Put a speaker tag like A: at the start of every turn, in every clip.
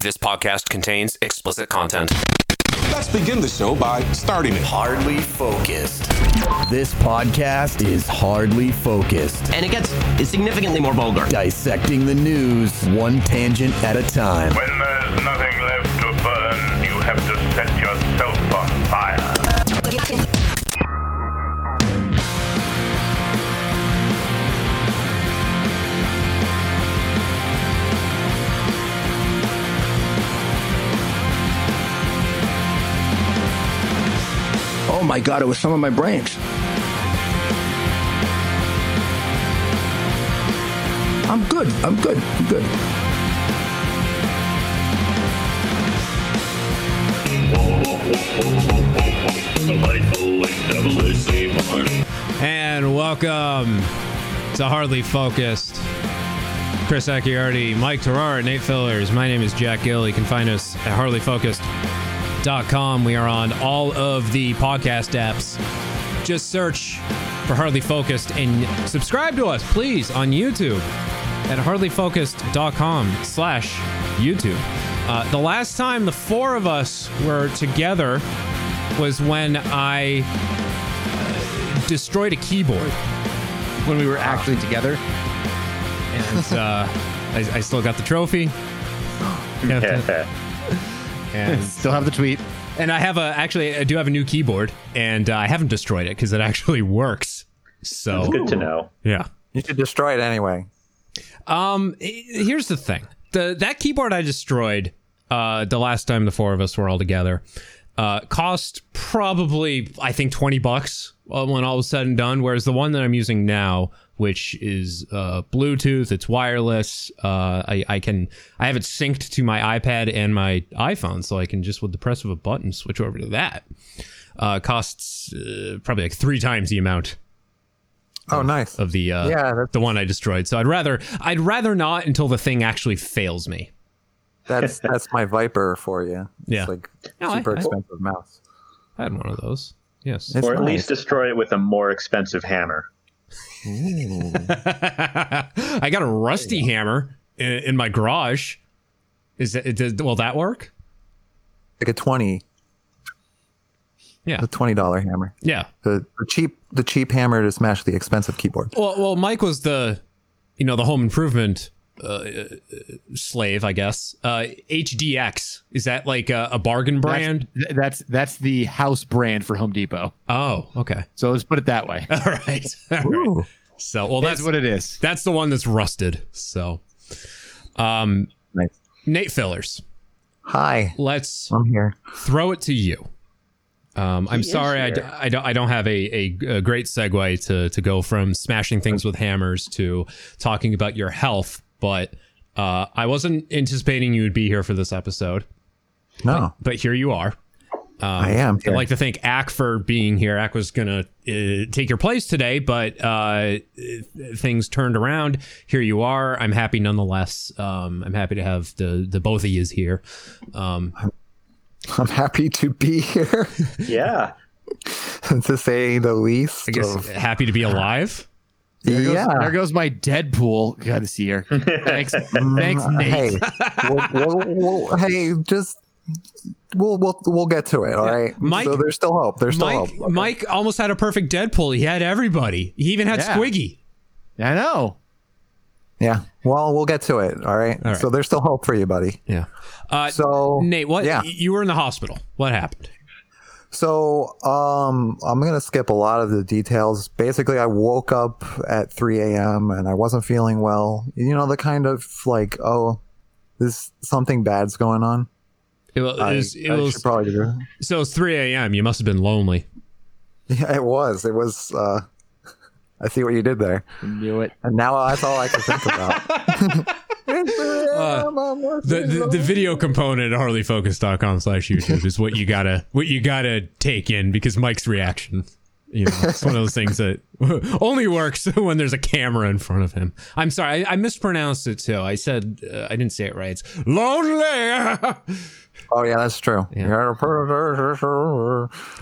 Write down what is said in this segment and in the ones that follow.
A: This podcast contains explicit content.
B: Let's begin the show by starting it.
C: Hardly focused.
D: This podcast is hardly focused,
C: And it gets significantly more vulgar.
D: dissecting the news one tangent at a time.
E: When there's nothing left to burn, you have to set yourself on fire.
F: Oh my God, it was some of my brains. I'm good. I'm good. I'm good.
G: And welcome to Hardly Focused. Chris Acciardi, Mike Terrar, Nate Fillers. My name is Jack Gill. You can find us at hardlyfocused.com. We are on all of the podcast apps. Just search for Hardly Focused and subscribe to us, please, on YouTube at hardlyfocused.com slash YouTube. Uh, the last time the four of us were together was when I uh, destroyed a keyboard
H: when we were actually together.
G: and uh, I, I still got the trophy. and,
H: Still have the tweet.
G: and I have a actually I do have a new keyboard, and uh, I haven't destroyed it because it actually works. So it's good to know. Yeah.
I: You should destroy it anyway.
G: Um. h- Here's the thing. The that keyboard I destroyed uh, the last time the four of us were all together uh, cost probably I think twenty bucks uh, when all was said and done. Whereas the one that I'm using now, which is uh, Bluetooth, it's wireless. Uh, I, I can I have it synced to my iPad and my iPhone, so I can just with the press of a button switch over to that. Uh, costs uh, probably like three times the amount
I: Oh, nice.
G: of the uh,
I: Yeah, that's-
G: the one I destroyed. So I'd rather I'd rather not until the thing actually fails me.
I: That's that's my Viper for you. It's
G: Yeah.
I: like
G: No, I-
I: super
G: I-
I: expensive mouse.
G: I had one of those. Yes.
I: It's
J: or at
I: nice.
J: least destroy it with a more expensive hammer.
G: I got a rusty hammer in, in my garage. Is that it, does, will that work?
I: like a twenty.
G: Yeah.
I: The twenty dollar hammer.
G: Yeah.
I: The, the cheap the cheap hammer to smash the expensive keyboard.
G: Well, well, Mike was the, you know, the home improvement uh, uh, slave, I guess. Uh, HDX is that like a, a bargain brand?
H: That's, that's that's the house brand for Home Depot.
G: oh, okay.
H: So let's put it that way.
G: All right. All right. So, well,
H: That's
G: that's
H: what it is.
G: That's the one that's rusted. So, um,
I: Nice.
G: Nate Fillers,
I: Hi,
G: let's
I: I'm here.
G: throw it to you. Um, I'm sorry, I, d- I don't I don't have a, a, a great segue to to go from smashing things with hammers to talking about your health, but uh, I wasn't anticipating you would be here for this episode,
I: No,
G: but here you are.
I: I am
G: I'd
I: here.
G: Um, like to thank Ack for being here. Ack was gonna uh, take your place today, but uh, things turned around. Here you are. I'm happy nonetheless. Um, I'm happy to have the the both of yous here. Um,
I: I'm happy to be here,
J: Yeah.
I: to say the least.
G: I guess
I: of-
G: happy to be alive.
H: There goes,
I: yeah.
H: there goes my Deadpool. God, this year. Thanks, thanks, Nate.
I: Uh, Hey, we'll, we'll, we'll, hey, just we'll we'll we'll get to it. All right.
G: Mike-
I: so there's still hope. There's still
G: Mike
I: hope. Okay.
G: Mike almost had a perfect Deadpool. He had everybody. He even had
H: Yeah.
G: Squiggy.
H: I know.
I: Yeah. Well, we'll get to it. All right.
G: All right.
I: So there's still hope for you, buddy.
G: Yeah. Uh,
I: So
G: Nate, what
I: Oh, Yeah.
G: you were in the hospital. What happened?
I: So um, I'm gonna skip a lot of the details. Basically, I woke up at 3 a.m. and I wasn't feeling well. You know the kind of like, oh, this something bad's going on.
G: It was,
I: I-
G: it was, it
I: I
G: was
I: should probably do.
G: so it's 3 a.m. You must have been lonely.
I: Yeah, it was. It was. Uh, I see what you did there,
H: Knew it.
I: and now that's all I can think about.
G: Uh, The, the, the video component at harleyfocus.com slash YouTube is what you gotta what you gotta take in because Mike's reaction, you know, it's one of those things that only works when there's a camera in front of him. I'm sorry, I, I mispronounced it too. I said uh, I didn't say it right. It's lonely.
I: oh yeah, that's true.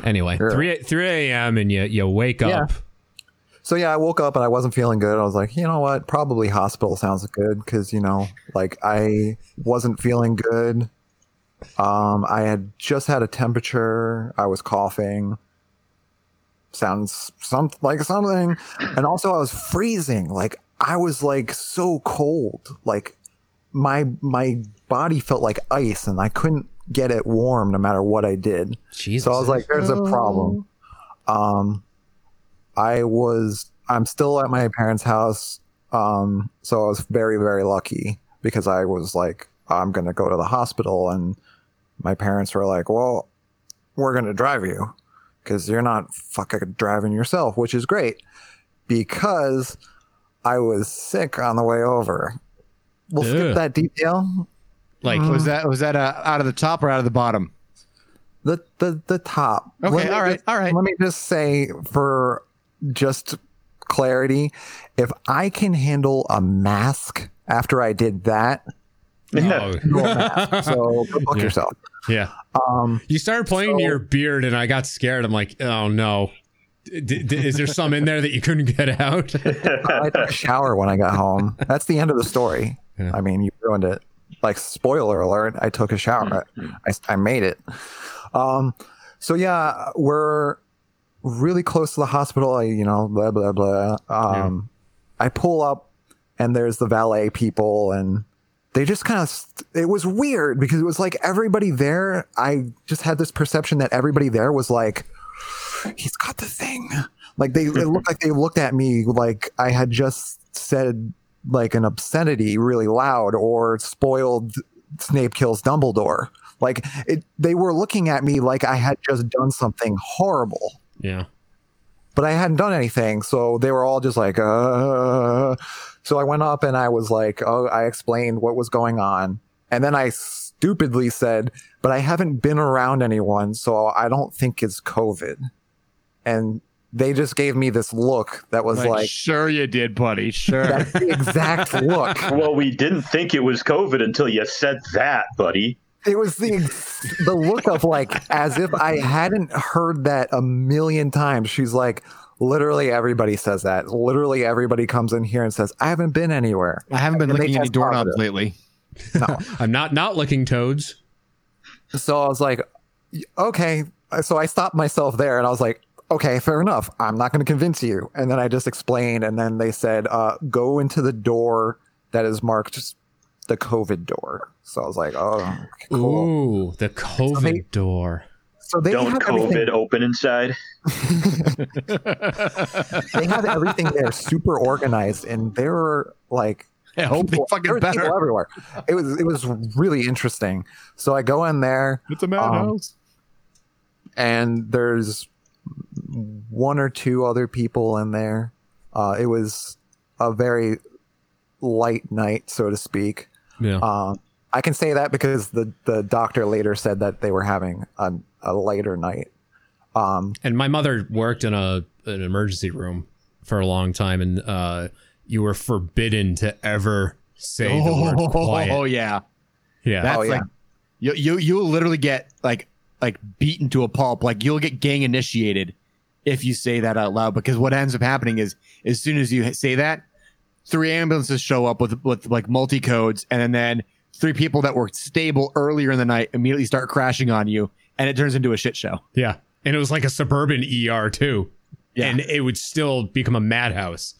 G: Anyway,
I: Sure.
G: three three a.m. and you you wake up.
I: So yeah, I woke up and I wasn't feeling good. I was like, you know what? Probably hospital sounds good because you know, like I wasn't feeling good. Um, I had just had a temperature. I was coughing. Sounds some like something, and also I was freezing. Like I was like so cold. Like my my body felt like ice, and I couldn't get it warm no matter what I did.
G: Jesus.
I: So I was like, there's a problem. Um, I was, I'm still at my parents' house. Um, so I was very, very lucky because I was like, I'm going to go to the hospital. And my parents were like, well, we're going to drive you because you're not fucking driving yourself, which is great because I was sick on the way over. We'll
G: Ugh.
I: skip that detail.
G: like
I: mm-hmm.
H: was that was that uh, out of the top or out of the bottom?
I: the the the top.
H: Okay,
I: Let me
H: all right,
I: just-
H: all right.
I: Let me just say for just clarity, if I can handle a mask after I did that,
G: oh,
I: go a mask. so go book
G: Yeah.
I: yourself.
G: yeah.
I: Um,
G: You started playing to your beard, and I got scared. I'm like, oh no. D- d- is there some in there that you couldn't get out?
I: I took a shower when I got home. That's the end of the story.
G: Yeah.
I: I mean, you ruined it. Like spoiler alert, I took a shower. I, I made it. Um, so yeah, we're really close to the hospital. I, you know, blah blah blah. Um, I pull up, and there's the valet people, and they just kind of. St- it was weird because it was like everybody there. I just had this perception that everybody there was like, he's got the thing. Like they, it looked like they looked at me like I had just said like an obscenity really loud or spoiled Snape kills Dumbledore. Like it, they were looking at me like I had just done something horrible,
G: yeah.
I: but I hadn't done anything. So they were all just like, uh. So I went up and I was like, oh, I explained what was going on. And then I stupidly said, but I haven't been around anyone. So I don't think it's COVID. And they just gave me this look that was
H: Like,
I: like,
H: sure you did, buddy. Sure.
I: that's the exact look.
J: well, we didn't think it was COVID until you said that, buddy.
I: It was the ex- the look of like as if I hadn't heard that a million times. She's like, literally everybody says that. Literally everybody comes in here and says, I haven't been anywhere.
H: I haven't been
I: And they
H: licking any
I: test
H: doorknobs
I: positive.
H: lately.
G: I'm not not licking toads.
I: So I was like, okay. So I stopped myself there and I was like, okay, fair enough. I'm not going to convince you. And then I just explained. And then they said, uh, go into the door that is marked the COVID door. So I was like, oh, cool.
G: Ooh, the COVID
I: they-
G: door.
I: So they
J: Don't
I: had
J: COVID
I: everything
J: open inside.
I: they have everything there super organized and they were like
H: I hope they
I: people- there
H: fucking
I: was people
H: better.
I: everywhere it was it was really interesting so i go in there
H: It's a
I: madhouse. and there's one or two other people in there uh, it was a very light night so to speak
G: Yeah.
I: um, I can say that because the, the doctor later said that they were having a, a later night. Um,
G: and my mother worked in a an emergency room for a long time, and uh, you were forbidden to ever say the word
H: Um, oh
G: quiet.
H: yeah.
G: Yeah.
H: That's
I: Oh, yeah.
H: like you you you'll literally get like like beaten to a pulp. Like you'll get gang initiated if you say that out loud. Because what ends up happening is as soon as you say that, three ambulances show up with with like multi codes, and then three people that were stable earlier in the night immediately start crashing on you, and it turns into a shit show.
G: yeah. And it was like a suburban ER too,
H: Yeah.
G: and it would still become a madhouse.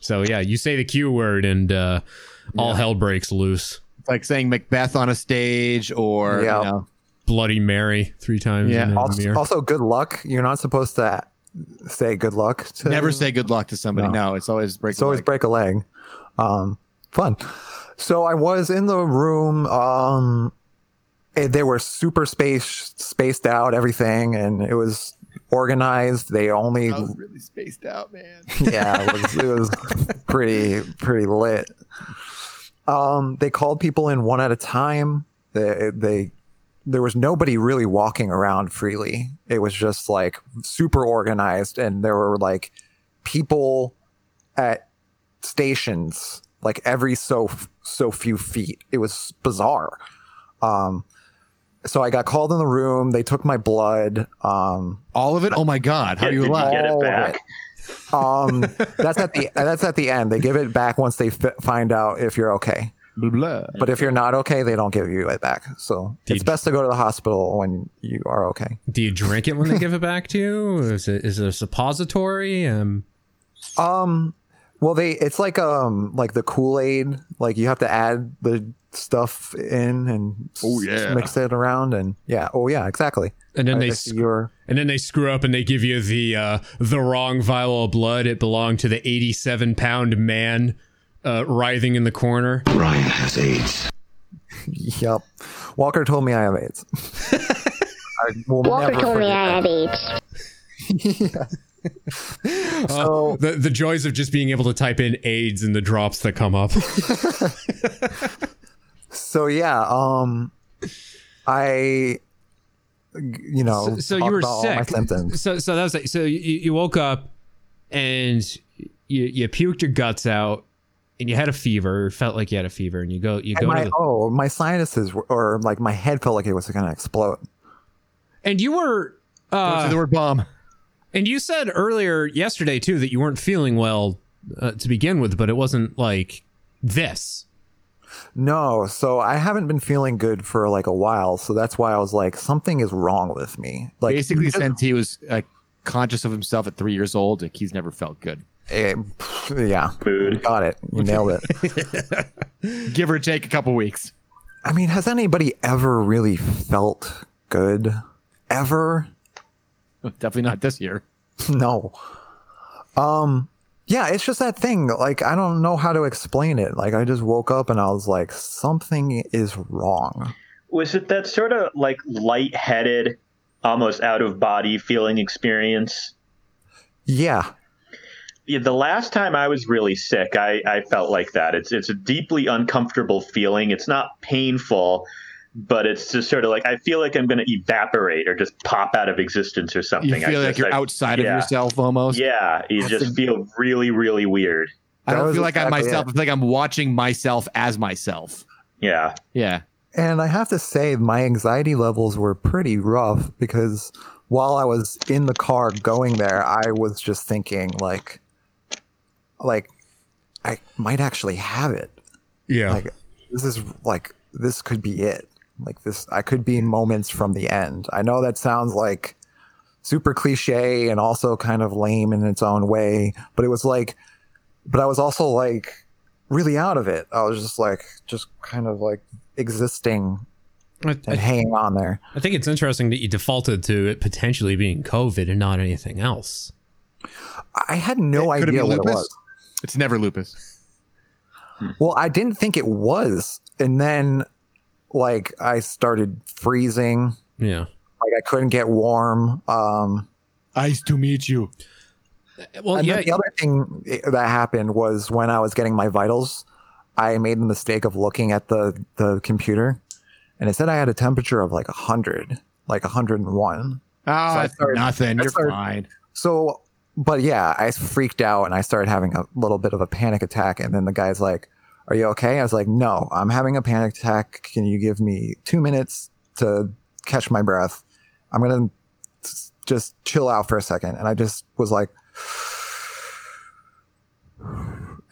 G: So yeah, you say the Q word, and uh, all hell breaks loose.
H: It's like saying Macbeth on a stage, or
I: Yeah.
H: you know,
G: Bloody Mary three times.
H: Yeah.
G: in a
I: also,
G: mirror.
I: also, good luck. You're not supposed to say good luck. To,
H: never say good luck to somebody.
I: No.
H: No, it's always break.
I: It's always break a leg. Um, fun. So I was in the room. Um, and they were super space spaced out. Everything, and it was organized. They only
H: really spaced out, man.
I: yeah, it was, it was pretty pretty lit. Um, they called people in one at a time. They, they there was nobody really walking around freely. It was just like super organized, and there were like people at stations like every so so few feet. It was bizarre. Um, so I got called in the room. They took my blood. Um,
H: All of it. Oh my god, how
J: Yeah,
H: are you
J: did you
H: alive?
J: get it
I: all of
J: back?
I: it. Um, that's at the that's at the end. They give it back once they fi- find out if you're okay.
H: Blah, blah.
I: But if you're not okay, they don't give you it back. So it's
G: Did-
I: best to go to the hospital when you are okay.
G: Do you drink it when they give it back to you? Is it is it a suppository? Um,
I: Um, well, they it's like um like the Kool Aid. Like you have to add the stuff in and s-
H: Oh, yeah.
I: mix it around and yeah. Oh yeah, exactly.
G: and then
I: I
G: they
I: guess
G: sc-
I: you're
G: and then they screw up and they give you the uh, the wrong vial of blood. It belonged to the eighty seven pound man uh, writhing in the corner.
C: Ryan has AIDS.
I: yep. Walker told me I have AIDS. I will
K: Walker
I: never
K: told me
I: forget
K: I
I: that.
K: had AIDS.
I: So
G: The the joys of just being able to type in AIDS and the drops that come up.
I: so yeah. Um, I g- you know
G: so you
I: talked
G: were
I: about all my
G: sick.
I: symptoms.
G: So so that was like, so you, you woke up and you you puked your guts out and you had a fever, or felt like you had a fever, and you go you go
I: And my
G: to the,
I: oh my sinuses were, or like my head felt like it was gonna explode.
G: and you were
H: Don't say
G: uh,
H: the word bomb.
G: and you said earlier yesterday too that you weren't feeling well uh, to begin with, but it wasn't like this.
I: No, so I haven't been feeling good for like a while, so that's why I was like, something is wrong with me. Like,
H: Basically, since he was uh, conscious of himself at three years old, like, he's never felt good.
I: eh, pff, yeah,
J: Food.
I: got it, you nailed it.
H: Give or take a couple weeks.
I: I mean, has anybody ever really felt good? Ever?
H: Definitely not this year.
I: No. Um, yeah, it's just that thing. Like, I don't know how to explain it. Like, I just woke up and I was like, something is wrong.
J: Was it that sort of like lightheaded, almost out of body feeling experience?
I: Yeah,
J: Yeah, the last time I was really sick, I, I felt like that. It's it's a deeply uncomfortable feeling. It's not painful, but it's just sort of like I feel like I'm going to evaporate or just pop out of existence or something.
H: You
J: I
H: feel like
J: just-
H: you're
J: I-
H: outside
J: yeah.
H: of yourself almost.
J: Yeah, you
I: That's
J: just
I: a-
J: feel really, really weird.
H: I
I: That
H: don't
I: was
H: feel like I'm
I: exactly
H: myself.
I: it.
H: I feel like I'm watching myself as myself.
J: Yeah,
H: Yeah.
I: And I have to say, my anxiety levels were pretty rough because while I was in the car going there, I was just thinking like, like I might actually have it.
G: Yeah.
I: Like this is like this could be it. Like this, I could be moments from the end. I know that sounds like super cliche and also kind of lame in its own way, but it was like, but I was also like really out of it. I was just like, just kind of like existing
G: I,
I: and hanging on there.
G: I think it's interesting that you defaulted to it potentially being COVID and not anything else.
I: I had no
H: Could it be
I: idea what it
H: lupus?
I: was.
H: It's never lupus.
I: Well, I didn't think it was, and then like I started freezing.
G: Yeah.
I: Like I couldn't get warm. Um,
H: Nice to meet you.
G: Well,
I: and
G: yeah.
I: then the other thing that happened was when I was getting my vitals, I made the mistake of looking at the the computer, and it said I had a temperature of like hundred, like hundred and one.
H: Oh,
I: I
H: it's
I: started-
H: nothing.
I: I
H: You're
I: started-
H: fine.
I: So, but yeah, I freaked out and I started having a little bit of a panic attack. And then the guy's like, Are you okay? I was like, No, I'm having a panic attack. Can you give me two minutes to catch my breath? I'm going to just chill out for a second. And I just was like,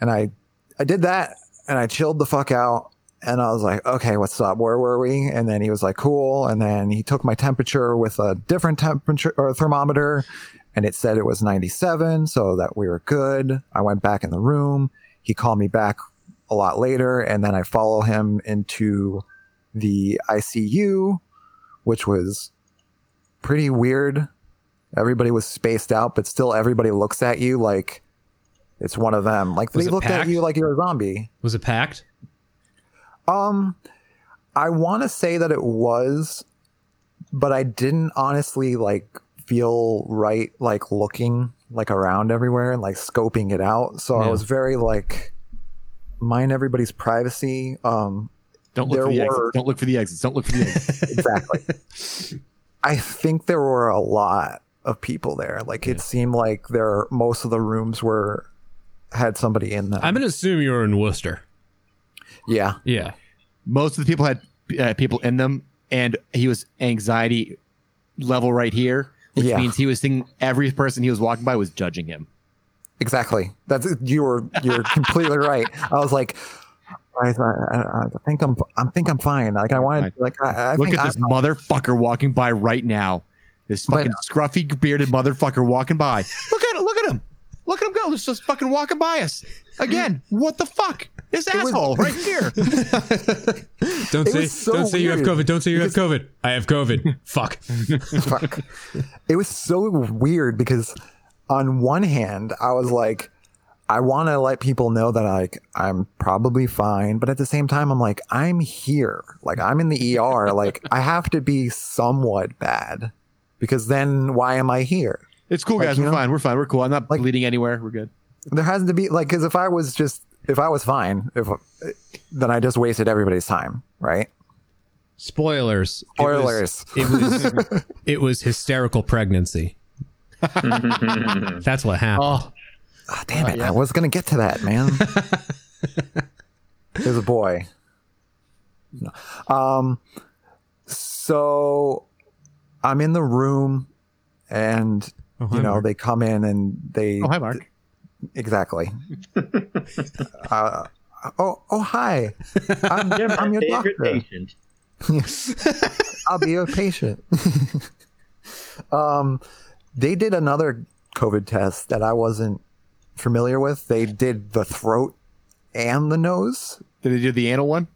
I: And I, I did that and I chilled the fuck out. And I was like, okay, what's up? Where were we? And then he was like, cool. And then he took my temperature with a different temperature or thermometer and it said it was 97, so that we were good. I went back in the room. He called me back a lot later, and then I follow him into the ICU, which was pretty weird. Everybody was spaced out, but still everybody looks at you like it's one of them. Like
G: Was
I: they
G: it
I: looked
G: packed?
I: at you like you're a zombie.
G: Was it packed?
I: Um, I want to say that it was, but I didn't honestly like feel right, like looking like around everywhere and like scoping it out. So I
G: Yeah.
I: was very like, mind everybody's privacy. Um,
H: Don't look
I: There
H: for the
I: were-
H: exits. Don't look for the exits. Don't look for the exits.
I: exactly. I think there were a lot of people there. Like it seemed like there, most of the rooms were had somebody in them.
G: I'm going to assume you were in Worcester.
I: yeah.
G: Yeah.
H: Most of the people had uh, people in them, and he was anxiety level right here, which
I: Yeah.
H: means he was thinking every person he was walking by was judging him.
I: Exactly. That's you were you're completely right. I was like, I, I, I think I'm I think I'm fine. Like I wanted like I, I
H: Look
I: think
H: at this
I: I'm,
H: motherfucker walking by right now. This
I: But-
H: fucking scruffy bearded motherfucker walking by. Look at it. Look at him. Look at him go. He's just fucking walking by us again. What the fuck? This
I: was-
H: asshole right here.
G: Don't
I: It
G: say
I: was so
G: don't say you have
I: weird.
G: COVID. Don't say you have COVID. I have COVID. Fuck.
I: fuck. It was so weird because on one hand, I was like, I want to let people know that like I'm probably fine, but at the same time, I'm like, I'm here, like I'm in the ER, like I have to be somewhat bad, because then why am I here?
H: It's cool,
I: Like,
H: guys.
I: you
H: We're
I: know-
H: fine. We're fine. We're cool. I'm not
I: Like-
H: bleeding anywhere. We're good.
I: There has to be like, because if I was just if I was fine, if then I just wasted everybody's time, right?
G: Spoilers. It was-
I: Spoilers.
G: It was it was, hysterical pregnancy. That's what happened.
H: Oh,
I: Ah, damn it! I was gonna get to that, man. There's a boy. No. Um, so I'm in the room, and
G: Oh,
I: you know they come in and they
H: oh hi, Mark.
I: exactly. uh, oh, oh hi! I'm,
J: Yeah,
I: I'm
J: my
I: your
J: favorite
I: doctor.
J: patient.
I: I'll be a patient. um, they did another COVID test that I wasn't familiar with. They did the throat and the nose.
H: Did they do the anal one?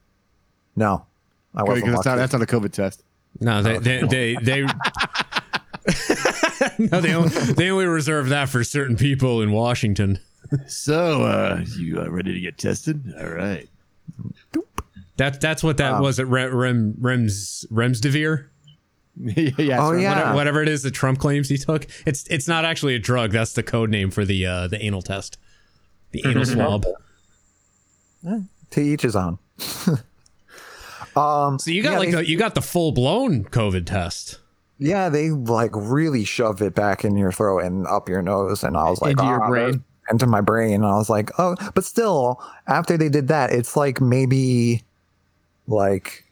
I: No, I
H: Good,
I: wasn't.
H: 'cause it's not-
I: lucky.
H: that's not a COVID test.
G: No, they
I: Oh.
G: they they, they No, they only, they only reserve that for certain people in Washington.
H: So, uh, you uh, ready to get tested? All right.
G: That that's what that
I: Wow.
G: was at Re- Rem Rems Remsdevir.
H: yeah, yeah,
I: Oh
H: sure.
I: yeah,
G: Whatever it is that Trump claims he took. It's it's not actually a drug. That's the code name for the uh, the anal test. The anal
I: Mm-hmm.
G: swab.
I: to each his own.
G: So you got
I: Yeah,
G: like
I: they-
G: the, you got the full blown COVID test.
I: Yeah, they like really shove it back in your throat and up your nose, and I was like,
H: Into your
I: "Ah,
H: brain."
I: that- into my brain, and I was like, oh, but still, after they did that, it's like maybe like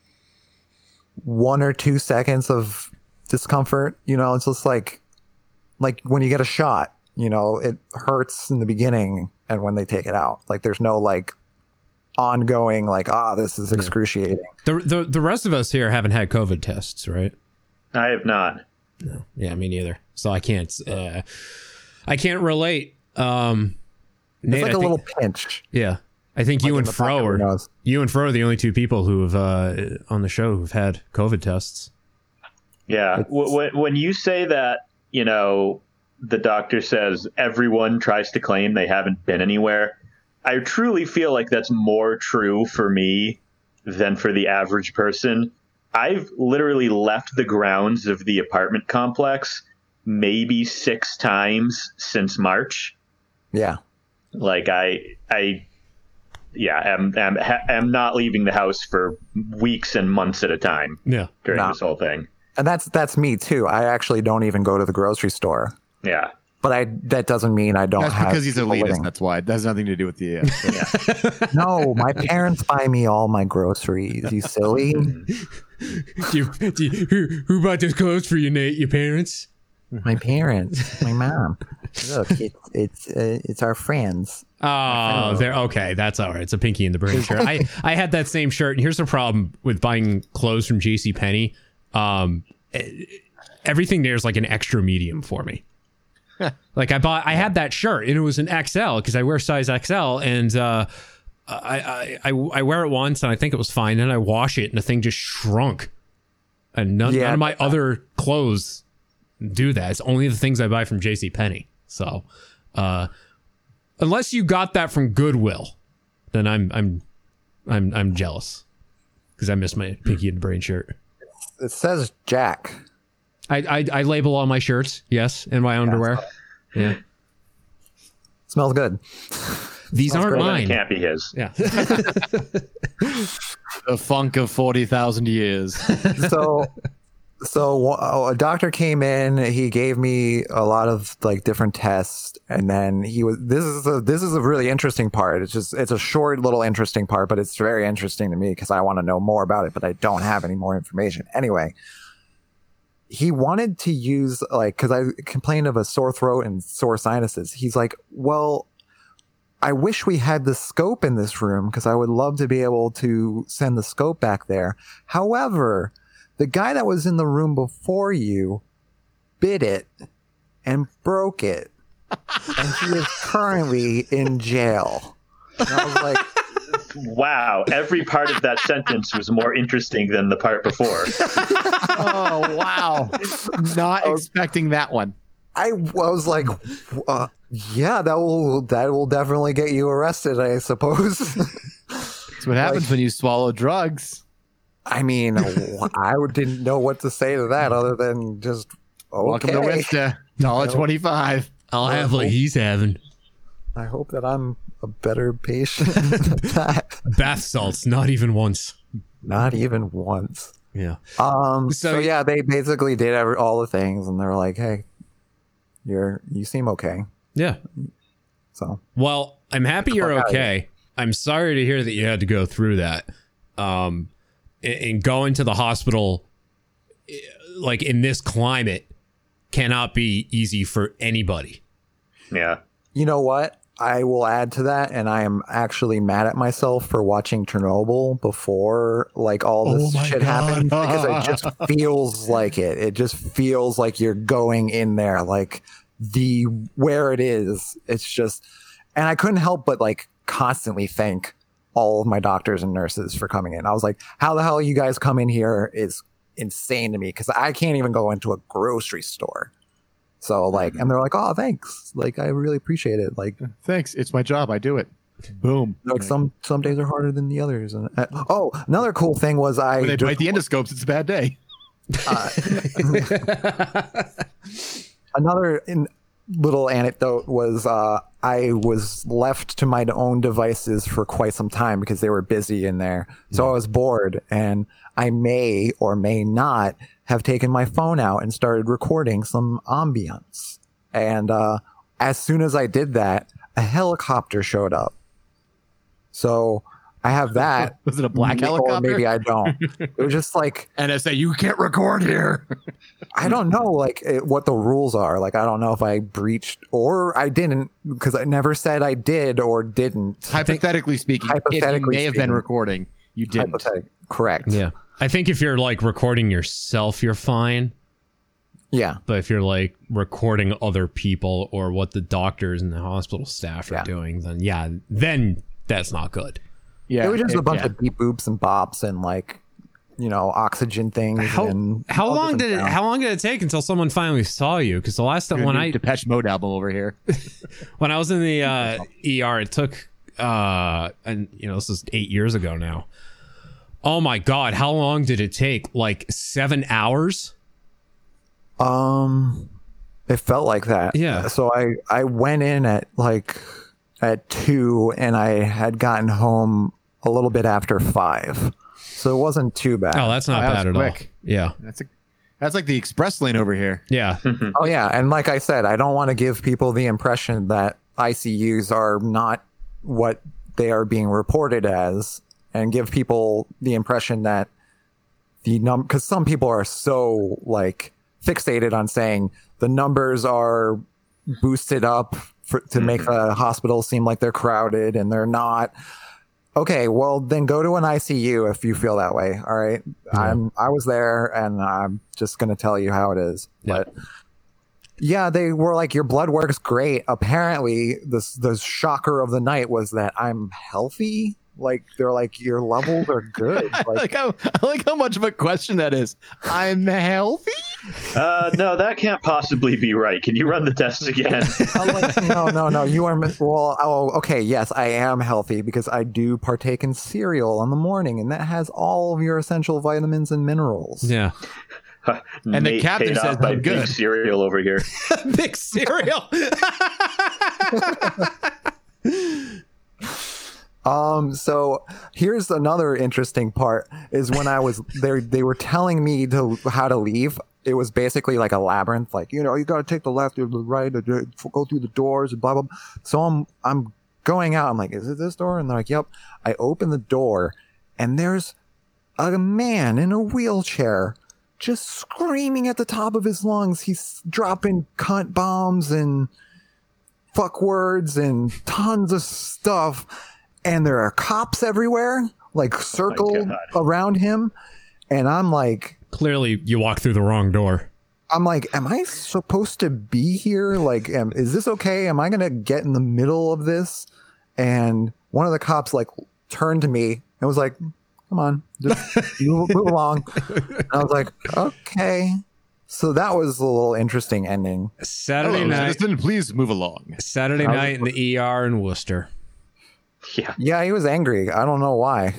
I: one or two seconds of discomfort. You know, it's just like like when you get a shot, you know, it hurts in the beginning, and when they take it out, like there's no like ongoing like ah, this is excruciating.
G: The, the the rest of us here haven't had COVID tests, right?
J: I have not.
G: Yeah, me neither. So I can't uh, I can't relate. Um,
I: It's
G: Nate,
I: like
G: I
I: a
G: think-
I: little pinch.
G: yeah. I think you and
I: the back
G: Fro
I: of your
G: are
I: nose.
G: you and Fro are the only two people who have uh, on the show who've had COVID tests.
J: Yeah. When, when you say that, you know, the doctor says everyone tries to claim they haven't been anywhere, I truly feel like that's more true for me than for the average person. I've literally left the grounds of the apartment complex maybe six times since March.
I: Yeah.
J: Like I, I, yeah, I'm, I'm, ha- I'm not leaving the house for weeks and months at a time
G: Yeah.
J: during
I: No.
J: this whole thing.
I: and that's that's me too. I actually don't even go to the grocery store,
J: Yeah.
I: but I that doesn't mean I don't
H: That's
I: have.
H: because he's
I: people
H: elitist.
I: living.
H: That's why. That has nothing to do with the. Uh,
I: No, my parents buy me all my groceries. You silly?
G: Do you, do you- who, who bought those clothes for you, Nate? Your parents?
I: My parents, my mom. Look, it's it's uh, it's our friends.
G: Oh, they're okay. That's all right. It's a pinky in the brain shirt. I, I had that same shirt, and here's the problem with buying clothes from J.C. Penney. Um, eh, everything there's like an extra medium for me. like I bought, I had that shirt, and it was an XL because I wear size XL, and uh, I, I I I wear it once, and I think it was fine. Then I wash it, and the thing just shrunk. And none,
I: Yeah.
G: none of my other clothes do that. It's only the things I buy from J.C. Penney. So. Uh, unless you got that from Goodwill, then I'm I'm I'm I'm jealous because I miss my pinky and brain shirt.
I: It says Jack.
G: I, I I label all my shirts, yes, and my underwear. Yeah,
I: Smells good.
G: these aren't
J: Well, then it
G: mine.
J: can't be his.
G: Yeah,
H: the funk of forty thousand years.
I: so so uh, a doctor came in he gave me a lot of like different tests and then he was this is a this is a really interesting part it's just it's a short little interesting part but it's very interesting to me because i want to know more about it but i don't have any more information anyway he wanted to use like because I complained of a sore throat and sore sinuses. He's like, well, I wish we had the scope in this room because I would love to be able to send the scope back there. However, the guy that was in the room before you bit it and broke it, and he is currently in jail. And I was like,
J: Wow, every part of that sentence was more interesting than the part before.
H: Oh wow! Not
I: Oh.
H: expecting that one.
I: I, I was like, uh, yeah, that will that will definitely get you arrested, I suppose.
H: That's what happens when you swallow drugs.
I: I mean, I didn't know what to say to that other than just
H: Welcome
I: okay.
H: to Wista. Dollar twenty five.
G: I'll have what he's having.
I: I hope that I'm a better patient. than that.
G: Bath salts, not even once.
I: Not even once.
G: Yeah.
I: Um.
G: So-
I: So, yeah, they basically did every, all the things, and they're like, "Hey, you're you seem okay."
G: Yeah.
I: So
G: Well, I'm happy you're
I: Fuck outta
G: okay. I'm sorry to hear that you had to go through that. Um, and- and going to the hospital, eh, like in this climate, cannot be easy for anybody.
J: Yeah.
I: you know what? I will add to that, and I am actually mad at myself for watching Chernobyl before like all this shit happened because it just feels like it. It just feels like you're going in there, like the where it is. It's just, and I couldn't help but like constantly thank all of my doctors and nurses for coming in. I was like, how the hell you guys come in here is insane to me because I can't even go into a grocery store. So like,
H: Mm-hmm.
I: and they're like, oh, thanks. Like, I really appreciate it. Like,
H: Thanks. It's my job. I do it. Boom.
I: like some some days are harder than the others. And uh, oh, another cool thing was I
H: When they
I: just-
H: bite the endoscopes, it's a bad day.
I: another in, little anecdote was uh, I was left to my own devices for quite some time because they were busy in there. So I was bored, and I may or may not have taken my phone out and started recording some ambience. And uh, as soon as I did that, a helicopter showed up. So I have that.
H: Was it a black
I: Or
H: helicopter?
I: Maybe I don't. it was just like
H: NSA, you can't record here.
I: I don't know like it, what the rules are. Like I don't know if I breached or I didn't because I never said I did or didn't.
H: Hypothetically speaking, if you
I: Hypothetically
H: may have been
I: speaking.
H: recording. You didn't.
I: Hypothetic- Correct.
G: I think if you're like recording yourself, you're fine.
I: Yeah.
G: But if you're like recording other people or what the doctors and the hospital staff are
I: Yeah.
G: doing, then yeah, then that's not good.
H: Yeah,
I: It was just a
H: it-
I: bunch
H: yeah.
I: of beep boops and bops and like you know oxygen things.
G: How,
I: and
G: how
I: all
G: long
I: different
G: did it,
I: sounds.
G: how long did it take until someone finally saw you? Because the last time when I
H: Depeche Mode album over here.
G: when I was in the uh, ER, it took uh, and you know this is eight years ago now. Oh my god, how long did it take? Like seven hours?
I: Um, it felt like that.
G: Yeah.
I: So I I went in at like at two, and I had gotten home a little bit after five, so it wasn't too bad.
G: Oh, that's not
H: That was
G: bad at all.
H: quick.
G: Yeah,
H: That's a, that's like the express lane over here.
G: yeah,
I: Oh yeah, and like I said, I don't want to give people the impression that ICUs are not what they are being reported as, and give people the impression that the num because some people are so like fixated on saying the numbers are boosted up for, to make the hospital seem like they're crowded and they're not. Okay, well then go to an ICU if you feel that way. All right, I'm I was there and I'm just gonna tell you how it is,
G: Yeah.
I: but. Yeah, they were like, "Your blood works great." Apparently, this the shocker of the night was that I'm healthy. Like they're like, "Your levels are good."
H: I
I: Like,
H: like how I like how much of a question that is. I'm healthy.
J: Uh, no, that can't possibly be right. Can you run the test again?
I: I'm like, no, no, no. You are mis- well. Oh, okay. Yes, I am healthy because I do partake in cereal in the morning, and that has all of your essential vitamins and minerals.
G: yeah.
H: And the
J: Nate
H: captain
J: paid off
H: says,
J: by
H: "I'm
J: big
H: good."
J: cereal over here.
G: Big cereal.
I: Um, so here's another interesting part is when I was there, they were telling me to how to leave. It was basically like a labyrinth, like you know, you got to take the left or the right, or the- go through the doors, and blah blah. blah. So I'm I'm going out. I'm like, is it this door? And they're like, yep. I open the door, and there's a man in a wheelchair just screaming at the top of his lungs. He's dropping cunt bombs and fuck words and tons of stuff. And there are cops everywhere, like circled
J: God.
I: around him. And I'm like,
G: Clearly, you walked through the wrong door.
I: I'm like, am I supposed to be here? Like, am, is this okay? Am I going to get in the middle of this? And one of the cops like turned to me and was like, come on, just move, move along. And I was like, okay. So that was a little interesting ending.
G: Saturday
H: Hello,
G: night,
H: citizen, please move along.
G: Saturday night in the ER in Worcester.
J: Yeah,
I: Yeah, he was angry. I don't know why.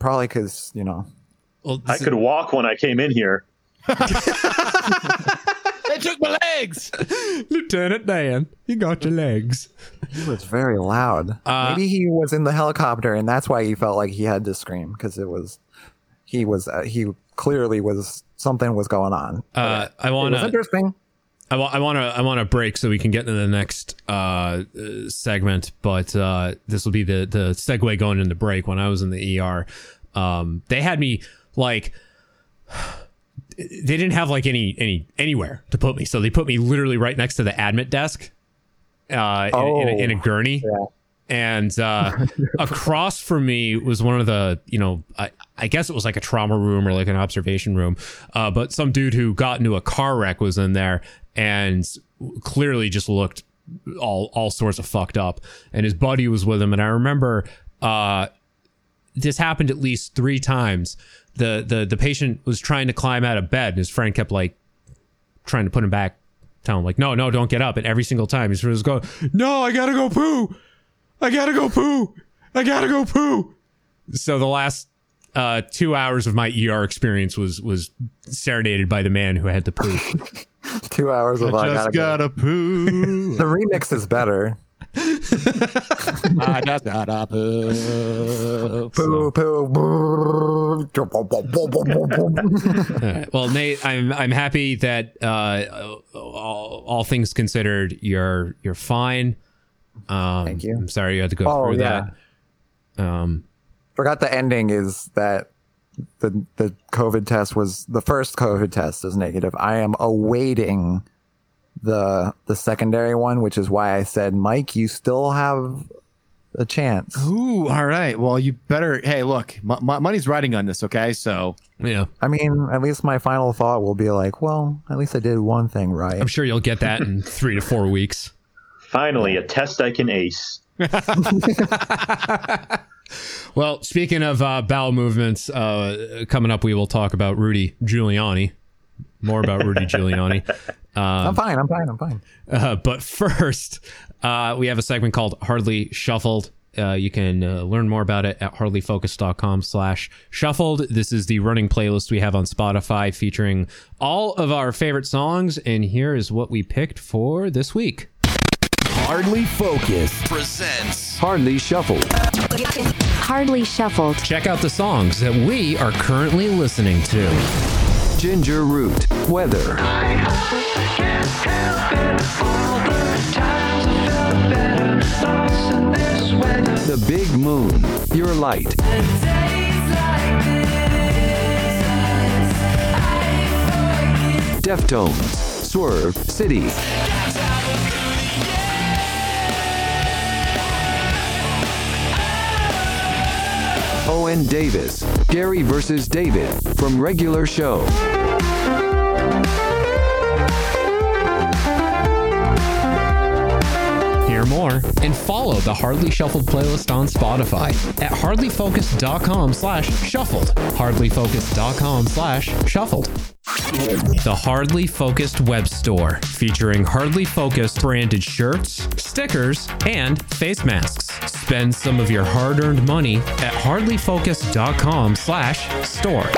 I: Probably because, you know,
G: Well,
J: I could walk when I came in here.
H: They took my legs.
G: Lieutenant Dan, you got your legs.
I: he was very loud.
G: Uh,
I: Maybe he was in the helicopter and that's why he felt like he had to scream because it was, he was, uh, he clearly was, something was going on.
G: Uh, I
I: It
G: want
I: was
G: to.
I: interesting.
G: I want to I want to break so we can get into the next uh, uh, segment, but uh, this will be the the segue going into break. When I was in the ER, um, they had me like they didn't have like any any anywhere to put me, so they put me literally right next to the admit desk uh, in, in, a, in a
I: Oh.
G: gurney. And uh, across from me was one of the, you know, I, I guess it was like a trauma room or like an observation room. Uh, but some dude who got into a car wreck was in there and clearly just looked all all sorts of fucked up. And his buddy was with him. And I remember uh, this happened at least three times. The, the the patient was trying to climb out of bed, and his friend kept like trying to put him back, telling him like, "No, no, don't get up." And every single time, he's just going, "No, I gotta go poo. I gotta go poo. I gotta go poo." So the last uh, two hours of my ER experience was was serenaded by the man who had to poo.
I: Two hours of I, gotta
H: Just
I: go.
H: gotta poo.
I: The remix is better.
H: I just gotta poo.
I: Poo, poo, brrrr.
G: All right. Well, Nate, I'm I'm happy that uh, all, all things considered, you're you're fine. Um,
I: Thank you.
G: I'm sorry you had to go
I: Oh,
G: through
I: yeah.
G: that. Um,
I: Forgot the ending is that the the COVID test was the first COVID test is negative. I am awaiting the the secondary one, which is why I said, Mike, you still have a chance.
H: Ooh, all right. Well, you better. Hey, look, m- m- money's riding on this. Okay, so
G: yeah,
I: I mean, at least my final thought will be like, well, at least I did one thing right.
G: I'm sure you'll get that in three to four weeks.
J: Finally, a test I can ace.
G: Well, speaking of uh, bowel movements, uh, coming up we will talk about Rudy Giuliani. More about Rudy Giuliani.
I: I'm fine. I'm fine. I'm fine.
G: Uh, but first, uh, we have a segment called Hardly Shuffled. Uh, you can uh, learn more about it at hardlyfocus.com slash shuffled. This is the running playlist we have on Spotify featuring all of our favorite songs. And here is what we picked for this week.
D: Hardly focused.
C: Presents
D: Hardly shuffled.
K: Hardly shuffled.
G: Check out the songs that we are currently listening to.
D: Ginger root. Weather. The big moon. Your light. Deftones. Swerve City. Owen Davis, Gary versus David from regular show.
G: Hear more and follow the Hardly Shuffled playlist on Spotify at hardlyfocus.com slash shuffled. Hardlyfocus.com slash shuffled. The Hardly Focused web store featuring Hardly Focused branded shirts, stickers, and face masks. Spend some of your hard-earned money at hardlyfocus.com slash store.